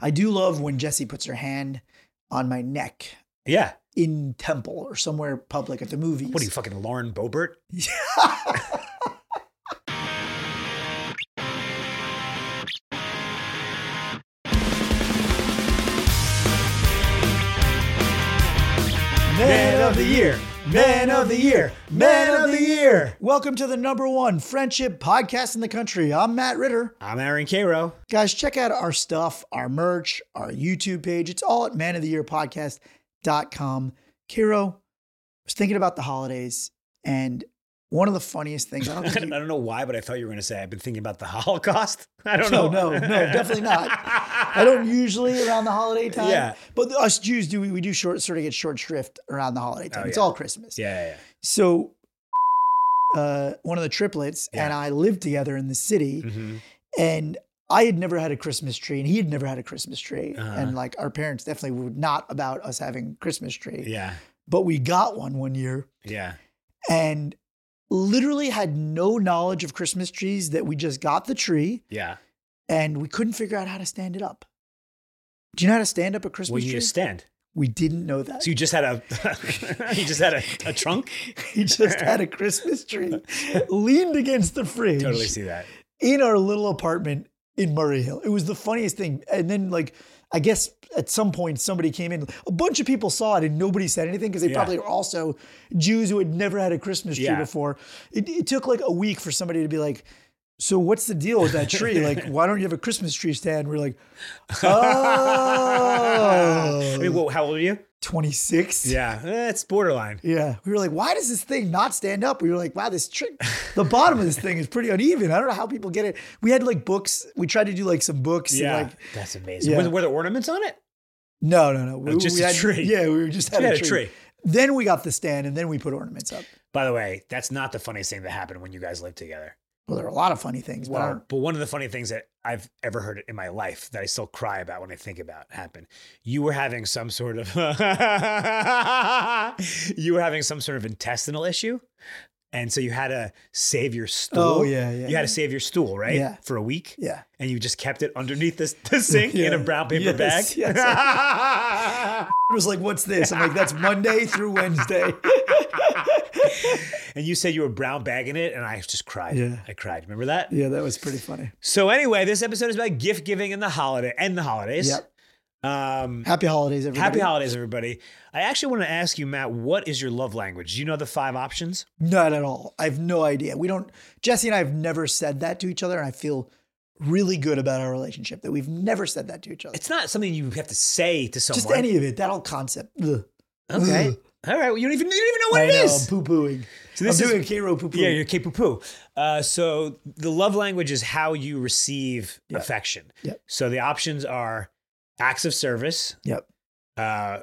I do love when Jesse puts her hand on my neck Yeah. in temple or somewhere public at the movies. What are you fucking Lauren Bobert? Man of the year. Man of the year. Man of the year. Welcome to the number one friendship podcast in the country. I'm Matt Ritter. I'm Aaron Cairo. Guys, check out our stuff, our merch, our YouTube page. It's all at manoftheyearpodcast.com. Kiro I was thinking about the holidays, and one of the funniest things I don't I think you, don't know why, but I thought you were going to say I've been thinking about the Holocaust. I don't No, know. no, no, definitely not. I don't usually around the holiday time. Yeah. But us Jews do we, we do short sort of get short shrift around the holiday time. Oh, it's yeah. all Christmas. Yeah, yeah, yeah. So uh, one of the triplets and Yeah. I lived together in the city Mhm. and I had never had a Christmas tree and he had never had a Christmas tree. Uh-huh. And like our parents definitely were not about us having Christmas tree. Yeah, But we got one one year yeah. and literally had no knowledge of Christmas trees that we just got the tree Yeah. and we couldn't figure out how to stand it up. Do you know how to stand up a Christmas Well, you tree? just stand. we didn't know that. So you just had a, you just had a, a trunk. we just had a Christmas tree leaned against the fridge Totally see that. in our little apartment in Murray Hill. It was the funniest thing. And then, like, I guess at some point somebody came in. A bunch of people saw it and nobody said anything because they Yeah. probably were also Jews who had never had a Christmas tree Yeah. before. It, it took like a week for somebody to be like, so what's the deal with that tree? Like, why don't you have a Christmas tree stand? We're like, I oh, mean, wha- how old are you? 26. Yeah, eh, it's borderline. Yeah. We were like, why does this thing not stand up? We were like, wow, this trick, the bottom of this thing is pretty uneven. I don't know how people get it. We had like books. We tried to do like some books. and, Yeah, like, that's amazing. Yeah. Were, there- were there ornaments on it? no, no, no. Oh, just we a had, tree. Yeah. We were just had, You a, had a tree. tree. Then we got the stand and then we put ornaments up. By the way, that's not the funniest thing that happened when you guys lived together. Well, there were a lot of funny things. but I Well, don't- but one of the funny things that I've ever heard in my life that I still cry about when I think about happened. You were having some sort of you were having some sort of intestinal issue, and so you had to save your stool. oh, yeah. Yeah. You had to save your stool, right? Yeah. For a week, yeah. and you just kept it underneath this the sink in a Yeah. brown paper Yes, bag. It was like, what's this? I'm like, that's Monday through Wednesday. and you said you were brown bagging it, and I just cried. Yeah. I cried. Remember that? yeah. That was pretty funny. So anyway, this episode is about gift giving and the holiday and the holidays. Yep. Um, Happy holidays, everybody. happy holidays, everybody. I actually want to ask you, Matt, what is your love language? Do you know the five options? Not at all. I have no idea. We don't, Jesse and I have never said that to each other. And I feel really good about our relationship that we've never said that to each other. It's not something you have to say to someone. Just any of it, that whole concept. Ugh. Okay. Ugh. All right. Well, you don't even you don't even know what I it know, is. I'm poo pooing. So this I'm is- doing Cairo poo poo. Yeah, you're okay, poo poo. Uh, so the love language is how you receive Yeah. affection. Yeah. So the options are acts of service. Yep. Uh,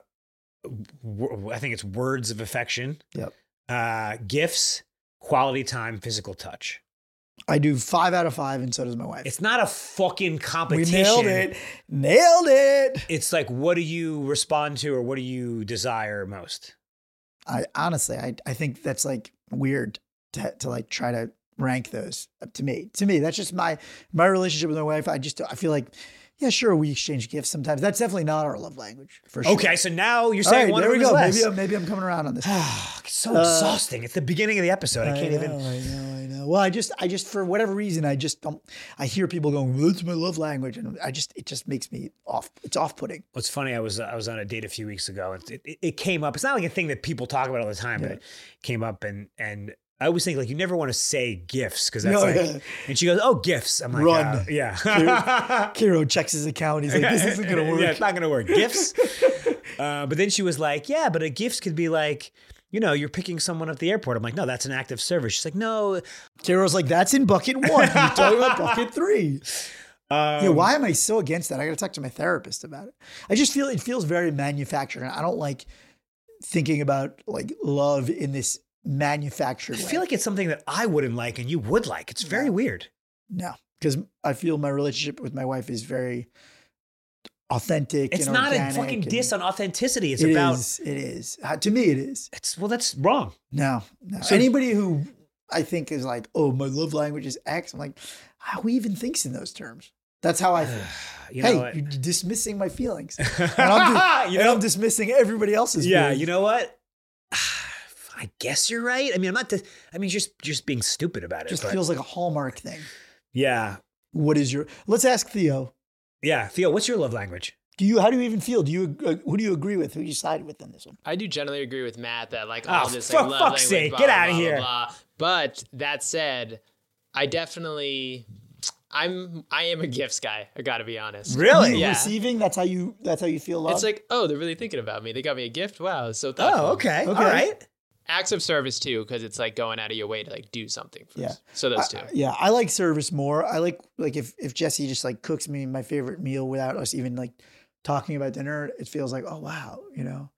w- I think it's words of affection. Yep. Uh, gifts, quality time, physical touch. I do five out of five, and so does my wife. It's not a fucking We competition. nailed it. Nailed it. It's like, what do you respond to or what do you desire most? I honestly, I, I think that's like weird to, to like try to rank those up to me. To me, that's just my my relationship with my wife. I just I feel like, yeah, sure, we exchange gifts sometimes. That's definitely not our love language for sure. Okay, so now you're All saying right, one there of we go. them is less. Maybe I'm, maybe I'm coming around on this. it's so exhausting. It's the beginning of the episode. I can't know, even. I know. I know. Well, I just, I just, for whatever reason, I just don't. I hear people going, "Well, it's my love language," and I just, it just makes me off. It's off-putting. What's funny, I was I was on a date a few weeks ago, and it, it, it came up. It's not like a thing that people talk about all the time, but Yeah. it came up, and and I always think like you never want to say gifts because that's No, like. yeah. And she goes, "Oh, gifts." I'm like, Run. "Uh, yeah, Kiro checks his account. He's like, "This isn't gonna work." yeah, it's not gonna work. Gifts. uh, but then she was like, "Yeah, but a gifts could be like." You know, you're picking someone up at the airport. I'm like, no, that's an act of service. She's like, no. Kiro's like, "That's in bucket one. You're talking about bucket three. yeah, Um, why am I so against that? I got to talk to my therapist about it. I just feel it feels very manufactured, and I don't like thinking about like love in this manufactured I way. feel like it's something that I wouldn't like and you would like. It's very Yeah. weird. No, because I feel my relationship with my wife is very authentic. It's and not a organic fucking and- diss on authenticity. It's It about is, It is. Uh, To me, it is. it's well, that's wrong. No, no. So- Anybody who I think is like, oh, my love language is X. I'm like, who even thinks in those terms? That's how I feel. You hey, know what? you're dismissing my feelings. And I'm, di- You and know- I'm dismissing everybody else's yeah, feelings. you know what? I guess you're right. I mean, I'm not. dis- I mean, just just being stupid about it. just but- feels like a Hallmark thing. yeah, What is your, let's ask Theo. yeah. Theo, what's your love language? Do you, how do you even feel? Do you, uh, who do you agree with? Who do you side with on this one? I do generally agree with Matt that like Oh, all this for like love fuck's sake, language, blah, get blah, outta blah, here. blah, blah. But that said, I definitely, I'm I am a gifts guy. I got to be honest. Really? You Yeah. Receiving, that's how you, that's how you feel love. It's like oh, they're really thinking about me. They got me a gift. Wow, so thoughtful. Oh, okay. All Okay. right. Acts of service too, because it's like going out of your way to like do something. For Yeah. us. So those two. I- yeah, I like service more. I like like if if Jesse just like cooks me my favorite meal without us even like talking about dinner, it feels like oh wow, you know,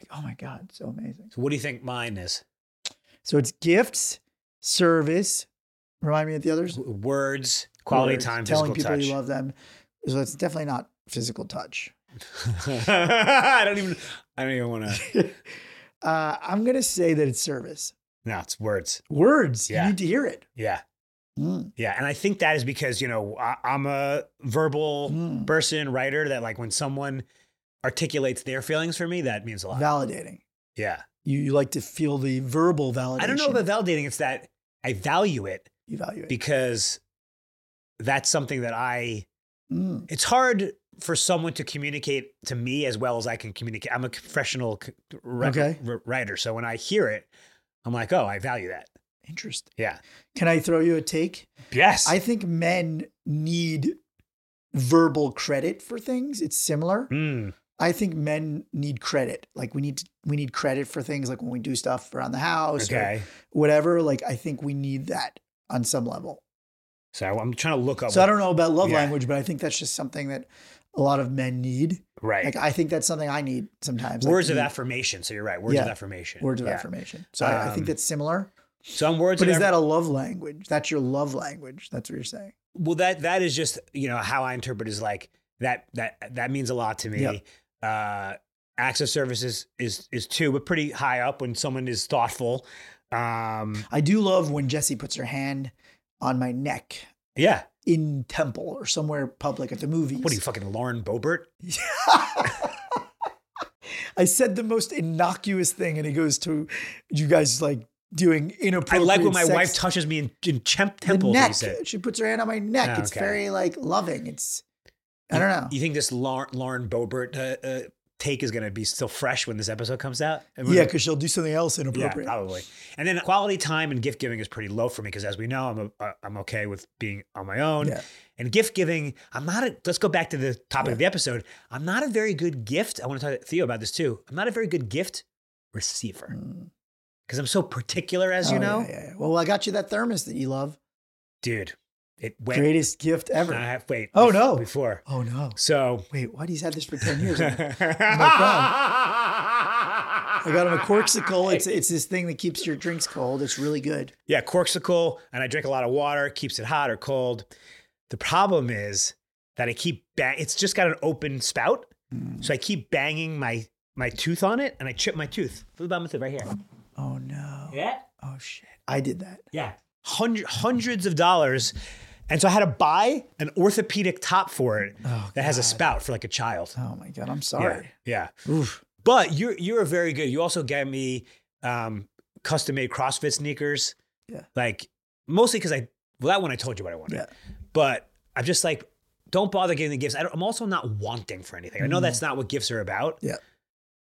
like oh my god, so amazing. So what do you think mine is? So it's gifts, service. Remind me of the others. W- Words, quality Words, time, telling physical people touch. you love them. So it's definitely not physical touch. I don't even. I don't even want to. Uh, I'm gonna say that it's service. No, it's words. Words, Yeah. you need to hear it. Yeah, Mm, yeah. And I think that is because you know I, I'm a verbal mm. person, writer. That like when someone articulates their feelings for me, that means a lot. Validating. yeah. You, you like to feel the verbal validation. I don't know about validating. It's that I value it you value it. because that's something that I. Mm. It's hard for someone to communicate to me as well as I can communicate. I'm a professional c- wri- Okay. wr- writer, so when I hear it, I'm like, oh, I value that. Interesting. Yeah. Can I throw you a take? Yes. I think men need verbal credit for things. It's similar. Mm. I think men need credit. Like we need we need credit for things like when we do stuff around the Oh, house or Okay. whatever. Like I think we need that on some level. So I'm trying to look up. So I don't know about love Yeah. language, but I think that's just something that a lot of men need. right. Like I think that's something I need sometimes. like, words of need affirmation. So you're right. Words of Yeah. affirmation. Words of Yeah. affirmation. So I, I Um, think that's similar. Some words. But of is aff- that a love language? That's your love language. That's what you're saying. well that that is just you know how I interpret is like that that that means a lot to me. Yep. Uh, access services is is two, but pretty high up when someone is thoughtful. Um, I do love when Jessie puts her hand on my neck yeah. in temple or somewhere public at the movies. What are you fucking Lauren Bobert? I said the most innocuous thing, and it goes to you guys like doing I inappropriate. like when my sex- wife touches me in, in Chemp The Temple. neck. He said. She puts her hand on my neck. Oh, It's okay. very like loving. It's I don't know. You think this Lauren, Lauren Bobert uh, uh, take is going to be still fresh when this episode comes out? And we're Yeah, gonna- because she'll do something else Yeah, inappropriate. probably. And then quality time and gift giving is pretty low for me because, as we know, I'm a, uh, I'm okay with being on my own. Yeah. And gift giving, I'm not. A, let's go back to the topic of the episode. I'm not a very good gift. I want to talk to Theo about this too. I'm not a very good gift receiver Mm. because I'm so particular, as you Oh, know, yeah, yeah, yeah. Well, I got you that thermos that you love. dude. It went. Greatest gift ever. I have, wait. Oh, bef- no. Before oh no! so. Wait, what? He's had this for ten years. I I got him a corksicle. It's it's this thing that keeps your drinks cold. It's really good. Yeah, corksicle, and I drink a lot of water, keeps it hot or cold. The problem is that I keep bang- it's just got an open spout, Hmm. so I keep banging my my tooth on it, and I chip my tooth. Flew by my tooth right here. Oh no. Yeah, Oh shit. I did that. yeah, Hundred, hundreds of dollars, and so I had to buy an orthopedic top for it that has a spout for like a child. Oh my god, I'm Yeah, sorry. yeah. Oof. But you're you're a very good. You also got me um, custom made CrossFit sneakers. Yeah. Like mostly because I well that one I told you what I wanted. Yeah. But I'm just like, don't bother getting the gifts. I don't, I'm also not wanting for anything. I know that's not what gifts are about. Mm-hmm. Yeah.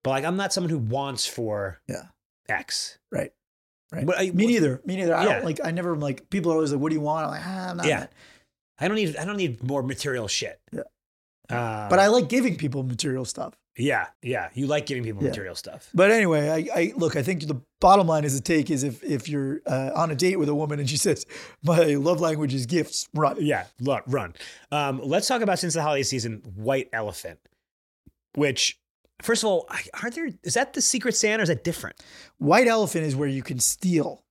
But like I'm not someone who wants for Yeah. X. Right. Right. But I, Me neither. Me neither. I Yeah. don't like I never am like people are always like, What do you want? I'm like, ah, I'm not Yeah. I don't need I don't need more material shit. Yeah. Uh, But I like giving people material stuff. yeah yeah you like giving people Yeah. material stuff. But anyway, I, I look, I think the bottom line is the take is if if you're uh, on a date with a woman and she says, My love language is gifts, run. yeah, run. run. Um, let's talk about since the holiday season, White Elephant, which, first of all, I- aren't there? Is that the Secret Santa? or Is that different? White elephant is where you can steal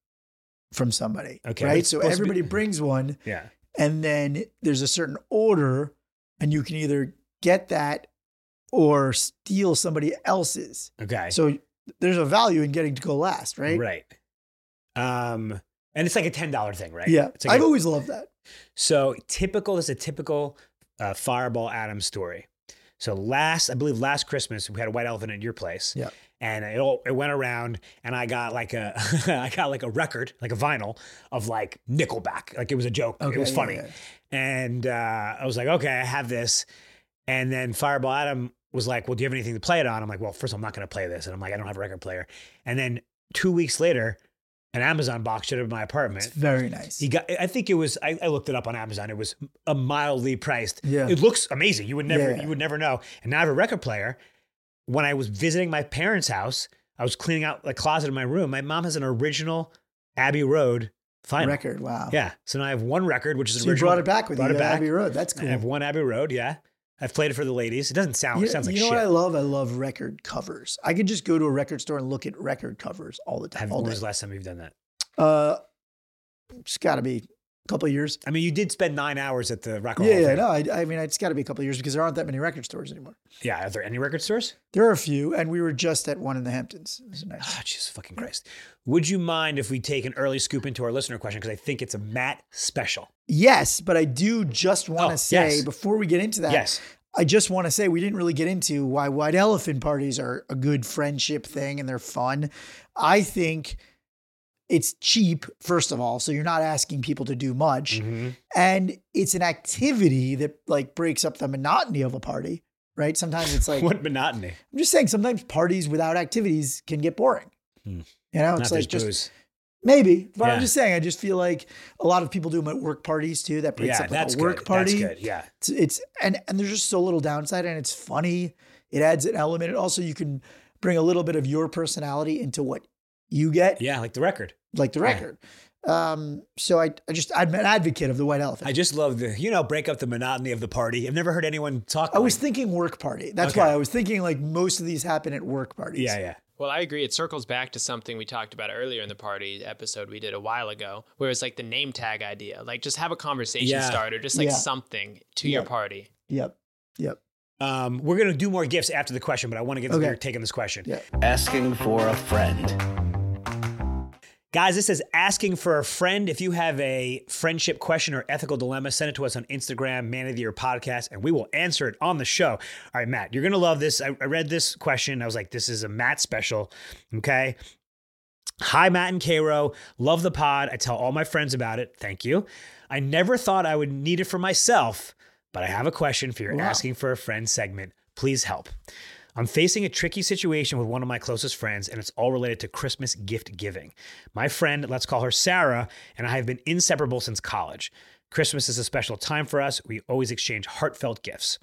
from somebody. Okay. Right. It's So supposed to be- everybody brings one Yeah. and then there's a certain order and you can either get that or steal somebody else's Okay. so there's a value in getting to go last right, right. Um, and it's like a ten dollar thing, right? yeah It's like i've a- always loved that so typical. This is a typical uh, Fireball Adams story. So last, I believe last Christmas we had a white elephant at your place. Yeah. And it all it went around, and I got like a I got like a record, like a vinyl of like Nickelback. Like it was a joke. it was yeah, funny. yeah. And uh, I was like, okay, I have this. And then Fireball Adam was like, well, do you have anything to play it on? I'm like, well, first, I'm not going to play this. And I'm like, I don't have a record player. And then two weeks later, an Amazon box showed up in my apartment. It's very nice. He got, I think it was, I, I looked it up on Amazon. It was a mildly priced. Yeah. It looks amazing. You would never, Yeah. you would never know. And now I have a record player. When I was visiting my parents' house, I was cleaning out the closet in my room. My mom has an original Abbey Road vinyl. Record. Wow. Yeah. So now I have one record, which is So you original. brought it back with Brought you it to back. Abbey Road. That's cool. I have one Abbey Road. Yeah, I've played it for the ladies. It doesn't sound. You, it sounds like you know shit. what I love? I love record covers. I could just go to a record store and look at record covers all the time. Have, All when day. was the last time you've done that? Uh, it's got to be a couple of years. I mean, you did spend nine hours at the record. Yeah, Hall yeah, of Fame. no. I, I mean, it's got to be a couple of years because there aren't that many record stores anymore. yeah. Are there any record stores? There are a few, and we were just at one in the Hamptons. It was nice. Oh, Jesus fucking Christ! Would you mind if we take an early scoop into our listener question because I think it's a Matt special? Yes, but I do just want to Oh, say yes. before we get into that, Yes. I just want to say we didn't really get into why white elephant parties are a good friendship thing and they're fun. I think it's cheap, first of all, so you're not asking people to do much. Mm-hmm. and it's an activity that like breaks up the monotony of a party right sometimes it's like What monotony? i'm just saying sometimes parties without activities can get boring Hmm. you know Not it's if there's like just booze. maybe but i'm Yeah. just saying i just feel like a lot of people do them at work parties too that breaks Yeah, up like that's a work good. party That's good. Yeah. It's, it's and and there's just so little downside and it's funny it adds an element and also you can bring a little bit of your personality into what you get Yeah, like the record. like the Yeah. record um so i i just i'm an advocate of the white elephant I just love the you know break up the monotony of the party. I've never heard anyone talk. I was like- thinking work party. That's Okay. why I was thinking like most of these happen at work parties. yeah, yeah. Well, I agree. It circles back to something we talked about earlier in the party episode we did a while ago, where it's like the name tag idea. Like just have a conversation Yeah. starter, just like Yeah. something to your Yeah. party. Yep. Yep. Um, we're gonna do more gifts after the question, but I want to get Okay. your take on this question. Yeah. Asking for a friend. Guys, this is asking for a friend. If you have a friendship question or ethical dilemma, send it to us on Instagram, Man of the Year Podcast, and we will answer it on the show. All right, Matt, you're going to love this. I, I read this question. I was like, this is a Matt special. Okay. Hi, Matt and Cairo. Love the pod. I tell all my friends about it. Thank you. I never thought I would need it for myself, but I have a question for your Wow. Asking for a Friend segment. Please help. I'm facing a tricky situation with one of my closest friends, and it's all related to Christmas gift giving. My friend, let's call her Sarah, and I have been inseparable since college. Christmas is a special time for us. We always exchange heartfelt gifts.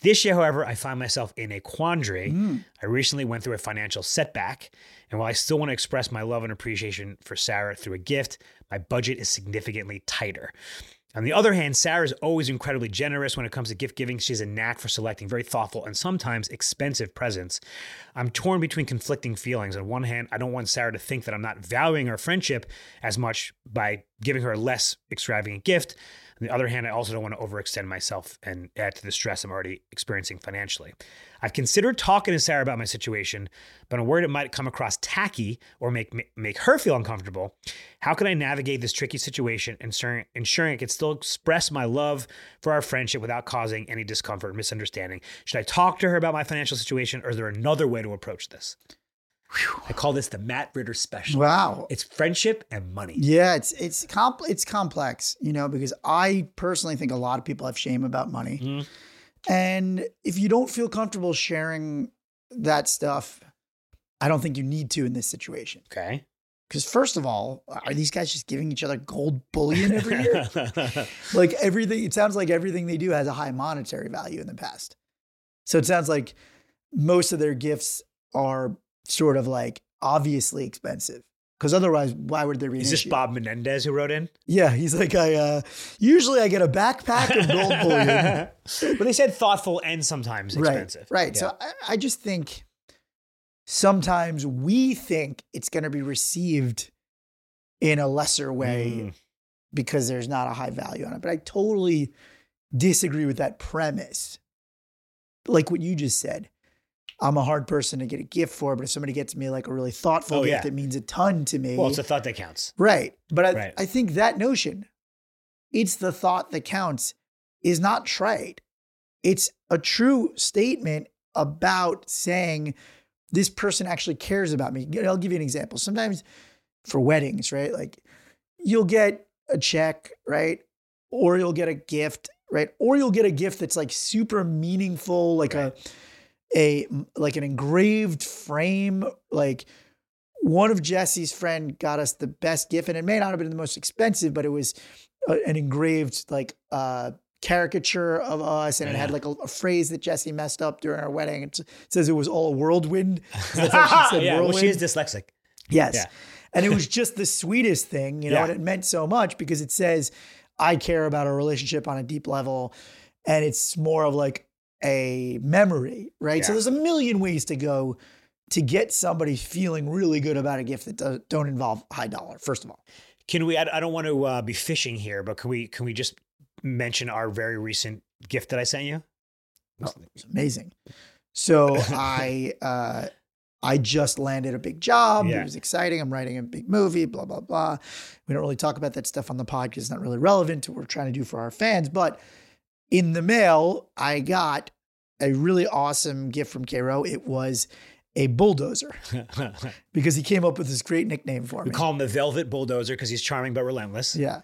This year, however, I find myself in a quandary. I recently went through a financial setback, and while I still want to express my love and appreciation for Sarah through a gift, my budget is significantly tighter. On the other hand, Sarah is always incredibly generous when it comes to gift giving. She has a knack for selecting very thoughtful and sometimes expensive presents. I'm torn between conflicting feelings. On one hand, I don't want Sarah to think that I'm not valuing our friendship as much by giving her a less extravagant gift. On the other hand, I also don't want to overextend myself and add to the stress I'm already experiencing financially. I've considered talking to Sarah about my situation, but I'm worried it might come across tacky or make make her feel uncomfortable. How can I navigate this tricky situation, ensuring ensuring I can still express my love for our friendship without causing any discomfort or misunderstanding? Should I talk to her about my financial situation, or is there another way to approach this? Whew. I call this the Matt Ritter special. Wow. It's friendship and money. Yeah, it's it's comp it's complex, you know, because I personally think a lot of people have shame about money. Mhm. And if you don't feel comfortable sharing that stuff, I don't think you need to in this situation. Okay. Because first of all, are these guys just giving each other gold bullion every year? like everything it sounds like everything they do has a high monetary value in the past so it sounds like most of their gifts are sort of like obviously expensive because otherwise why would there be an Is this issue? Bob Menendez who wrote in? yeah he's like i uh usually i get a backpack of gold bullion but they said thoughtful and sometimes expensive. right right Yeah. so I, I just think sometimes we think it's going to be received in a lesser way Mm. because there's not a high value on it. But I totally disagree with that premise. Like what you just said, I'm a hard person to get a gift for, but if somebody gets me like a really thoughtful Oh, gift, yeah. it means a ton to me. Well, it's a thought that counts. right. But I, Right. I think that notion, it's the thought that counts, is not trite. it's a true statement about saying this person actually cares about me. I'll give you an example. Sometimes for weddings, right? Like you'll get a check, right? Or you'll get a gift, right? Or you'll get a gift that's like super meaningful, like a a like an engraved frame, like one of Jesse's friend got us the best gift, and it may not have been the most expensive, but it was a, an engraved like uh, caricature of us, and it had like a, a phrase that Jesse messed up during our wedding. It s- says it was all a whirlwind. So that's how she said yeah, well, she whirlwind. is dyslexic. Yes. Yeah. And it was just the sweetest thing, you know, Yeah. and it meant so much because it says, I care about our relationship on a deep level. And it's more of like a memory, right? So Yeah. there's a million ways to go to get somebody feeling really good about a gift that do- don't involve high dollar, first of all. Can we? I, I don't want to uh, be fishing here, but can we? Can we just mention our very recent gift that I sent you? It's amazing. So I, uh, I just landed a big job. Yeah. It was exciting. I'm writing a big movie, blah, blah, blah. We don't really talk about that stuff on the podcast. It's not really relevant to what we're trying to do for our fans. But in the mail, I got a really awesome gift from Cairo. It was a bulldozer Oh. because he came up with this great nickname for we me. call him the Velvet Bulldozer because he's charming but relentless. yeah.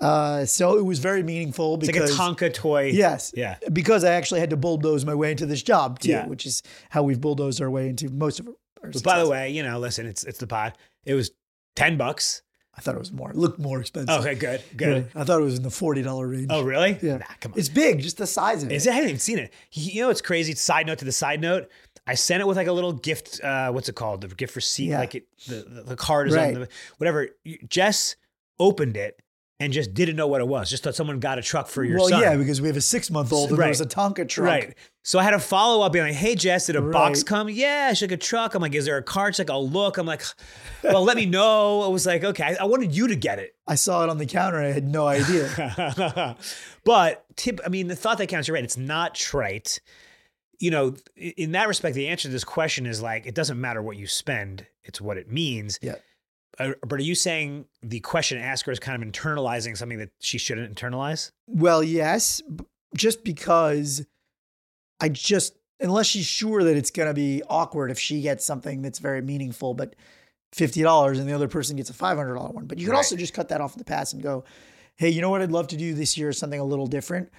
Uh, so it was very meaningful It's because like a Tonka toy. yes, Yeah. because I actually had to bulldoze my way into this job too, Yeah. which is how we've bulldozed our way into most of our. our But by the success. way, you know, listen, it's it's the pod. It was ten bucks. I thought it was more. It looked more expensive. Oh, Okay, good, good. Yeah, I thought it was in the forty dollar range. Oh, really? Yeah. Nah, come on. It's big, just the size of it. Is it? I haven't even seen it. He- You know, it's crazy. Side note to the side note. I sent it with like a little gift. Uh, what's it called? The gift receipt. Yeah. Like it, the- the the card is Right. on the whatever. You- Jess opened it and just didn't know what it was. Just thought someone got a truck for your well, son. yeah, because we have a six month old and Right. there was a Tonka truck. Right. So I had a follow up being like, hey, Jess, did a box Right. come? Yeah, she's like a truck. I'm like, is there a cart? She's like, I'll look. I'm like, well, let me know. I was like, okay, I, I wanted you to get it. I saw it on the counter. and I had no idea. but tip, I mean, the thought that counts, you're right. It's not trite. You know, i- in that respect, the answer to this question is like, it doesn't matter what you spend, it's what it means. Yeah. Uh, But are you saying the question asker is kind of internalizing something that she shouldn't internalize? well, yes, b- just because I just unless she's sure that it's gonna be awkward if she gets something that's very meaningful, but fifty dollars and the other person gets a five hundred dollar one. But you could Right. also just cut that off in the past and go, hey, you know what? I'd love to do this year is something a little different,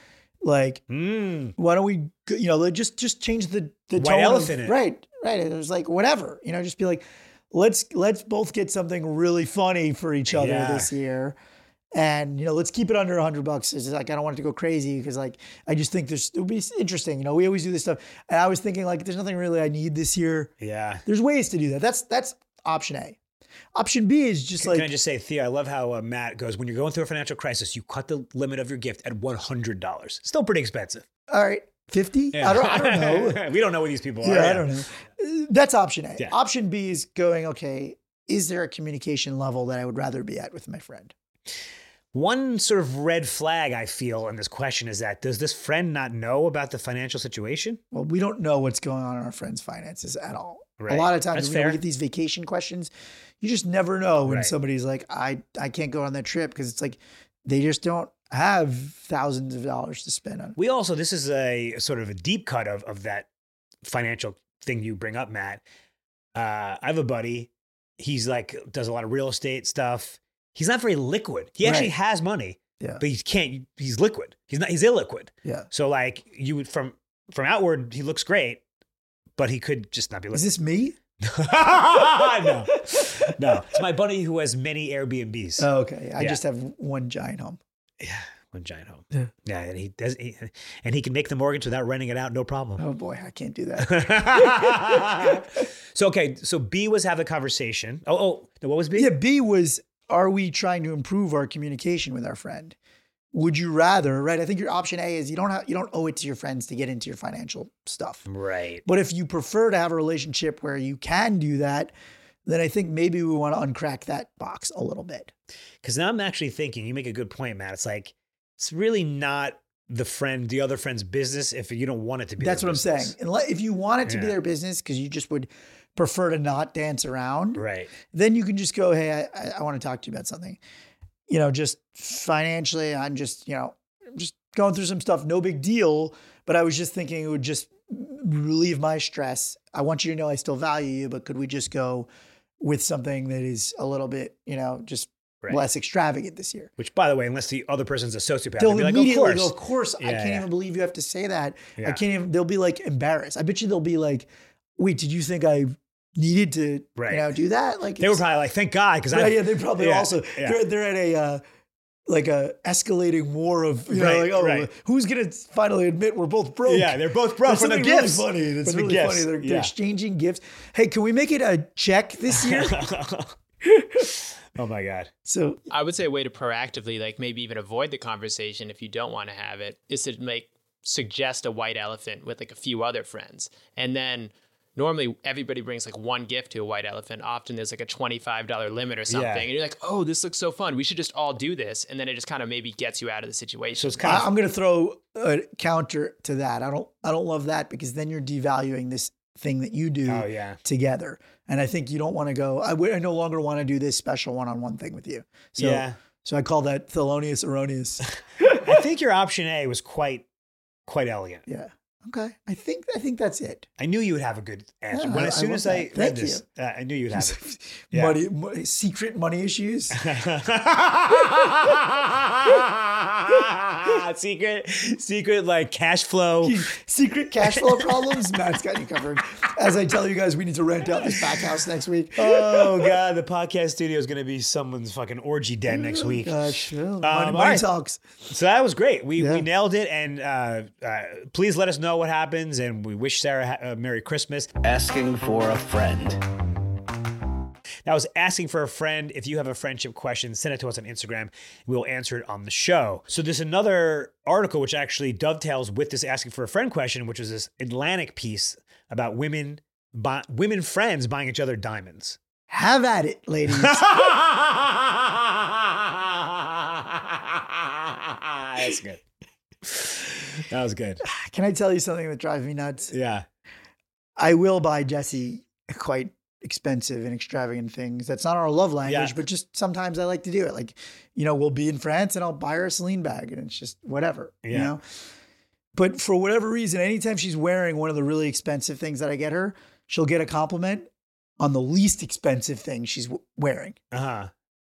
like. Mm. why don't we go- you know like, just just change the the White tone of- elephant it. right right it was like whatever you know just be like let's let's both get something really funny for each other Yeah. this year and you know let's keep it under 100 bucks it's like i don't want it to go crazy because like i just think there's it would be interesting you know we always do this stuff and i was thinking like there's nothing really i need this year Yeah. there's ways to do that that's that's option a option b is just like Can I just say, Thea, I love how uh, Matt goes, when you're going through a financial crisis, you cut the limit of your gift at $100. Still pretty expensive. all right 50 I, don't, I don't know we don't know where these people are. Yeah, I don't know. Uh, That's option A. Yeah. Option B is going, okay, is there a communication level that I would rather be at with my friend? One sort of red flag I feel in this question is that does this friend not know about the financial situation? Well, we don't know what's going on in our friend's finances at all. Right. A lot of times That's you know, we fair. get these vacation questions. You just never know when Right. somebody's like, I, I can't go on that trip because it's like they just don't have thousands of dollars to spend on. We also, this is a sort of a deep cut of, of that financial thing you bring up, Matt. Uh, I have a buddy. He's like, does a lot of real estate stuff. He's not very liquid. He actually Right. has money, Yeah. but he can't, he's liquid. He's not, he's illiquid. Yeah. So like you would from, from outward, he looks great, but he could just not be Is liquid. this me? no, no. It's my buddy who has many Airbnbs. Oh, okay. I Yeah. just have one giant home. Yeah, one giant home. Yeah. Yeah, and he does, he, and he can make the mortgage without renting it out, no problem. Oh boy, I can't do that. so okay, so B was have the conversation. Oh, oh, no, what was B? Yeah, B was are we trying to improve our communication with our friend? Would you rather, right? I think your option A is you don't have you don't owe it to your friends to get into your financial stuff. Right. But if you prefer to have a relationship where you can do that, then I think maybe we want to uncrack that box a little bit. Because now I'm actually thinking. You make a good point, Matt. It's like it's really not the friend, the other friend's business if you don't want it to be. That's their what I'm business. saying. Unless, if you want it to be Yeah. their business because you just would prefer to not dance around, Right. then you can just go, hey, I- I, I want to talk to you about something. You know, just financially, I'm just, you know, I'm just going through some stuff, no big deal. But But I was just thinking it would just relieve my stress. I want you to know I still value you, but could we just go with something that is a little bit, you know, just Right. less extravagant this year? Which, by the way, unless the other person's a sociopath, They'll they'll be like, "Of immediately course." go, of course, I Yeah, can't yeah. even believe you have to say that. I Yeah. can't even, they'll be like embarrassed. I bet you they'll be like, wait, did you think I needed to, Right. you know, do that? Like They were it's- probably like, "Thank God," because I. Right, "Oh, yeah, they probably yeah, also yeah. they're they're at a uh, like a escalating war of you know Right, like oh right. who's gonna finally admit we're both broke? Yeah, they're both broke That's from the something really gifts. funny. That's From the really gifts, funny. They're, they're yeah. exchanging gifts. Hey, can we make it a check this year? oh my God. so I would say a way to proactively, like maybe even avoid the conversation if you don't want to have it, is to like suggest a white elephant with like a few other friends. And then normally everybody brings like one gift to a white elephant. Often there's like a $25 limit or something. Yeah. And you're like, oh, this looks so fun. We should just all do this. And then it just kind of maybe gets you out of the So situation. it's kind I, of I'm gonna throw a counter to that. I don't I don't love that because then you're devaluing this thing that you do. Oh yeah. Together, and I think you don't want to go. I, w- I no longer want to do this special one-on-one thing with you. So, yeah. so I call that Thelonious Erroneous. I think your option A was quite quite elegant. Yeah. Okay. I think I think that's it. I knew you would have a good answer. Yeah, when I- as I soon love as I that. read Thank this, uh, I knew you'd have it. Yeah. money, mo- secret money issues. secret, secret, like cash flow. secret cash flow problems. Matt's got you covered. As I tell you guys, we need to rent out this back house next week. Oh god, the podcast studio is going to be someone's fucking orgy den next week. Gosh, well, Um, all money, money right. talks. So that was great. We Yeah. we nailed it. And uh, uh, please let us know what happens. And we wish Sarah ha- a Merry Christmas. Asking for a friend. That was asking for a friend. If you have a friendship question, send it to us on Instagram. We will answer it on the show. So there's another article which actually dovetails with this asking for a friend question, which is this Atlantic piece about women bu- women friends buying each other diamonds. Have at it, ladies. That's good. That was good. Can I tell you something that drives me nuts? Yeah. I will buy Jesse quite expensive and extravagant things. That's not our love language, Yeah. but just sometimes I like to do it. Like, you know, we'll be in France and I'll buy her a Celine bag and it's just whatever, you Yeah. know? But for whatever reason, anytime she's wearing one of the really expensive things that I get her, she'll get a compliment on the least expensive thing she's w- wearing. Uh huh.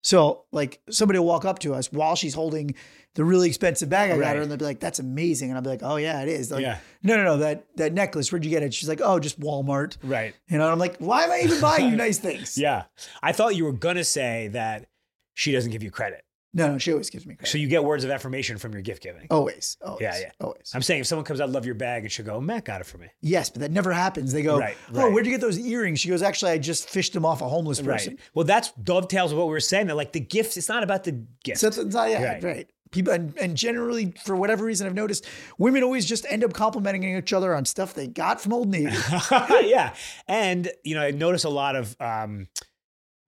So, like, somebody will walk up to us while she's holding the really expensive bag I got Right. her, and they'll be like, "That's amazing," and I'll be like, "Oh yeah, it is." They're like, Yeah. No, no, no. That that necklace. Where'd you get it? She's like, "Oh, just Walmart." Right. You know, and I'm like, why am I even buying you nice things? Yeah. I thought you were going to say that she doesn't give you credit. No, no, she always gives me credit. So you get words of affirmation from your gift giving. always, always, Yeah, yeah. always. I'm saying if someone comes out, love your bag, it should go, Matt got it for me. yes, but that never happens. They go, Right, oh, right. where'd you get those earrings? She goes, actually, I just fished them off a homeless person. Right. Well, that's dovetails with what we were saying. That like the gifts, it's not about the gift. So it's it's not, yeah, right. Right. People and, and generally, for whatever reason, I've noticed women always just end up complimenting each other on stuff they got from Old Navy. yeah. And, you know, I notice a lot of um,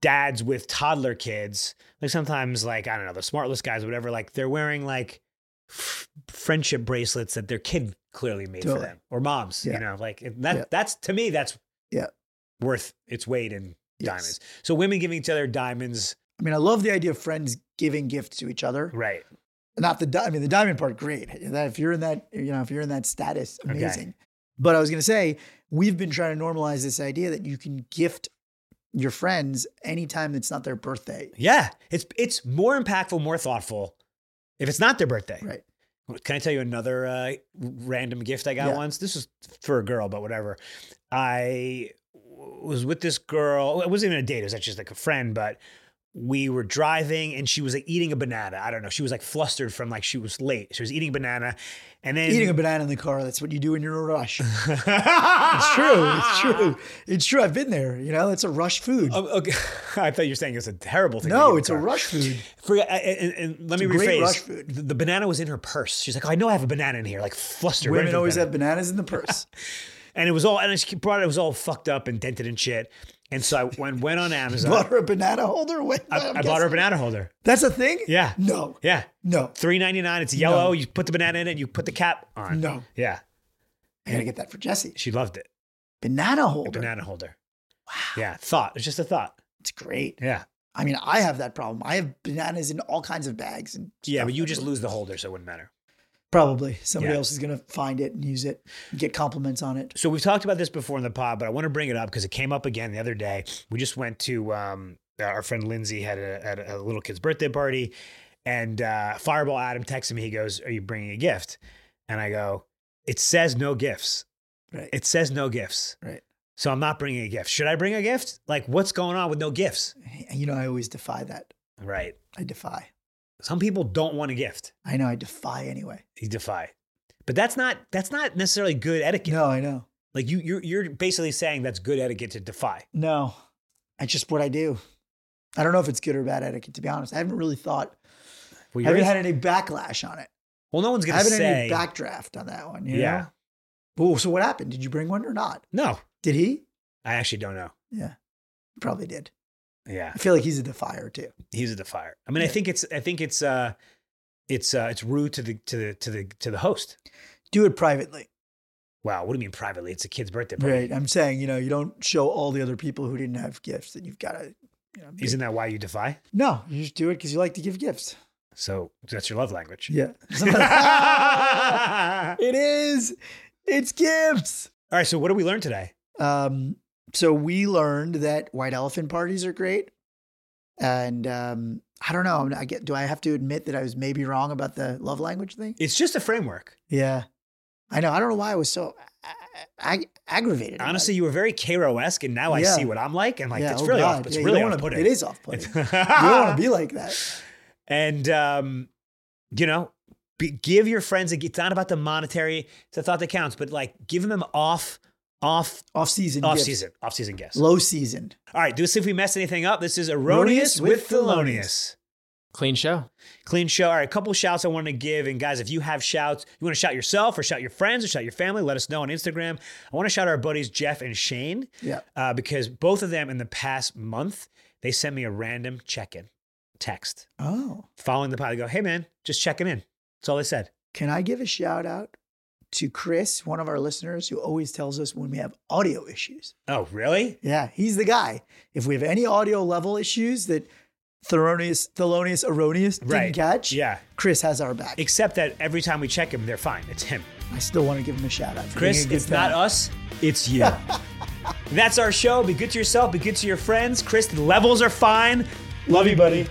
dads with toddler kids, like sometimes, like, I don't know, the smartless guys, whatever, like they're wearing like f- friendship bracelets that their kid clearly made for Totally. them or moms, Yeah. you know, like and that, Yeah. that's to me, that's Yeah. worth its weight in Yes. diamonds. So women giving each other diamonds. I mean, I love the idea of friends giving gifts to each other. Right. not the di- I mean the diamond part great that if you're in that you know if you're in that status Okay. amazing but I was going to say we've been trying to normalize this idea that you can gift your friends anytime it's not their birthday Yeah. It's, it's more impactful, more thoughtful if it's not their birthday. right Can I tell you another uh, random gift I got Yeah. once? This was for a girl, but whatever. I w- was with this girl. It wasn't even a date. It was actually just like a friend, but we were driving and she was like eating a banana. I don't know. She was like flustered from like she was late. She was eating a banana and then eating a banana in the car that's what you do when you're in a rush it's it's true it's true it's true I've been there you know it's a rush food Oh, okay. I thought you were saying it's a terrible thing. to eat in no the it's a car. rush food Forget, uh, and, and- and let It's me a great rephrase. rush food. The, the banana was in her purse. She's like, oh, I know I have a banana in here. Like flustered. ready women for the always banana. have bananas in the purse and it was all and she brought it, it was all fucked up and dented and shit. And so I went, went on Amazon. bought her a banana holder Wait, I, I'm I bought her a guessing- banana holder. that's a thing Yeah. no Yeah. no Three ninety nine. It's yellow. You put the banana in it. You put the cap on. No. Yeah. I gotta get that for Jesse She loved it. banana The holder banana holder. Wow. Yeah. Thought. It's just a thought. it's great Yeah. I mean, I have that problem. I have bananas in all kinds of bags and Yeah, stuff. but you just lose the holder, so it wouldn't matter. Probably somebody Yeah. else is going to find it and use it, and get compliments on it. So we've talked about this before in the pod, but I want to bring it up because it came up again the other day. We just went to um, our friend Lindsay had a, had a little kid's birthday party, and uh, Fireball Adam texted me. He goes, "Are you bringing a gift?" And I go, "It says no gifts. Right. It says no gifts. Right. So I'm not bringing a gift. Should I bring a gift? Like, what's going on with no gifts? You know, I always defy that. Right. I defy. Some people don't want a gift. I know. I defy anyway. You defy." But that's not that's not necessarily good etiquette. No, I know. Like you you're you're basically saying that's good etiquette to defy. No, I just what I do. I don't know if it's good or bad etiquette. To be honest, I haven't really thought. Well, I haven't you're- had any backlash on it. well no one's I gonna haven't had say any backdraft on that one. You Yeah. yeah. Know? Oh, so what happened? Did you bring one or not? No, Did he? I actually don't know. Yeah, probably did. Yeah, I feel like he's a defier too. he's a defier. I mean, I Yeah. think it's I think it's uh, it's uh, it's rude to the to the to the to the host. Do it privately, Wow, what do you mean privately? It's a kid's birthday party. right? I'm saying you know you don't show all the other people who didn't have gifts that you've got to. You know, be- Isn't that why you defy? no, you just do it because you like to give gifts. So that's your love language. Yeah, All it is. It's gifts. right. So what did we learn today? Um, so we learned that white elephant parties are great, and um, I don't know. I get. Do I have to admit that I was maybe wrong about the love language thing? It's just a framework. Yeah, I know. I don't know why I was so I, aggravated. about Honestly, it. you were very Cairo-esque, and now I Yeah. see what I'm like. and like, yeah, it's oh really God. off. It's Yeah, you really don't wanna- off putting. It is off putting. you you don't want to be like that. And um, you know, be, give your friends a. It's not about the monetary. It's the thought that counts, but like, give them an off, off, Off season. off season, off season guess. All Low season. right, do see if we mess anything up. This is Erroneous erroneous with, with felonious. Clean show. Clean show. All right, a couple shouts I wanted to give. And guys, if you have shouts, you want to shout yourself or shout your friends or shout your family, let us know on Instagram. I want to shout our buddies Jeff and Shane Yeah. uh, because both of them in the past month, they sent me a random check in text Oh, following the pod. They go, hey man, just checking in. That's all they said. can I give a shout out to Chris, one of our listeners, who always tells us when we have audio issues. Oh, really? Yeah, he's the guy. If we have any audio level issues that Thelonious, Thelonious Erroneous didn't Right. catch, Yeah. Chris has our back. Except that every time we check him, they're fine. It's him. I still want to give him a shout out. for Chris, being a good it's not pal. us, it's you. That's our show. Be good to yourself, be good to your friends. Chris, the levels are fine. Love you, buddy.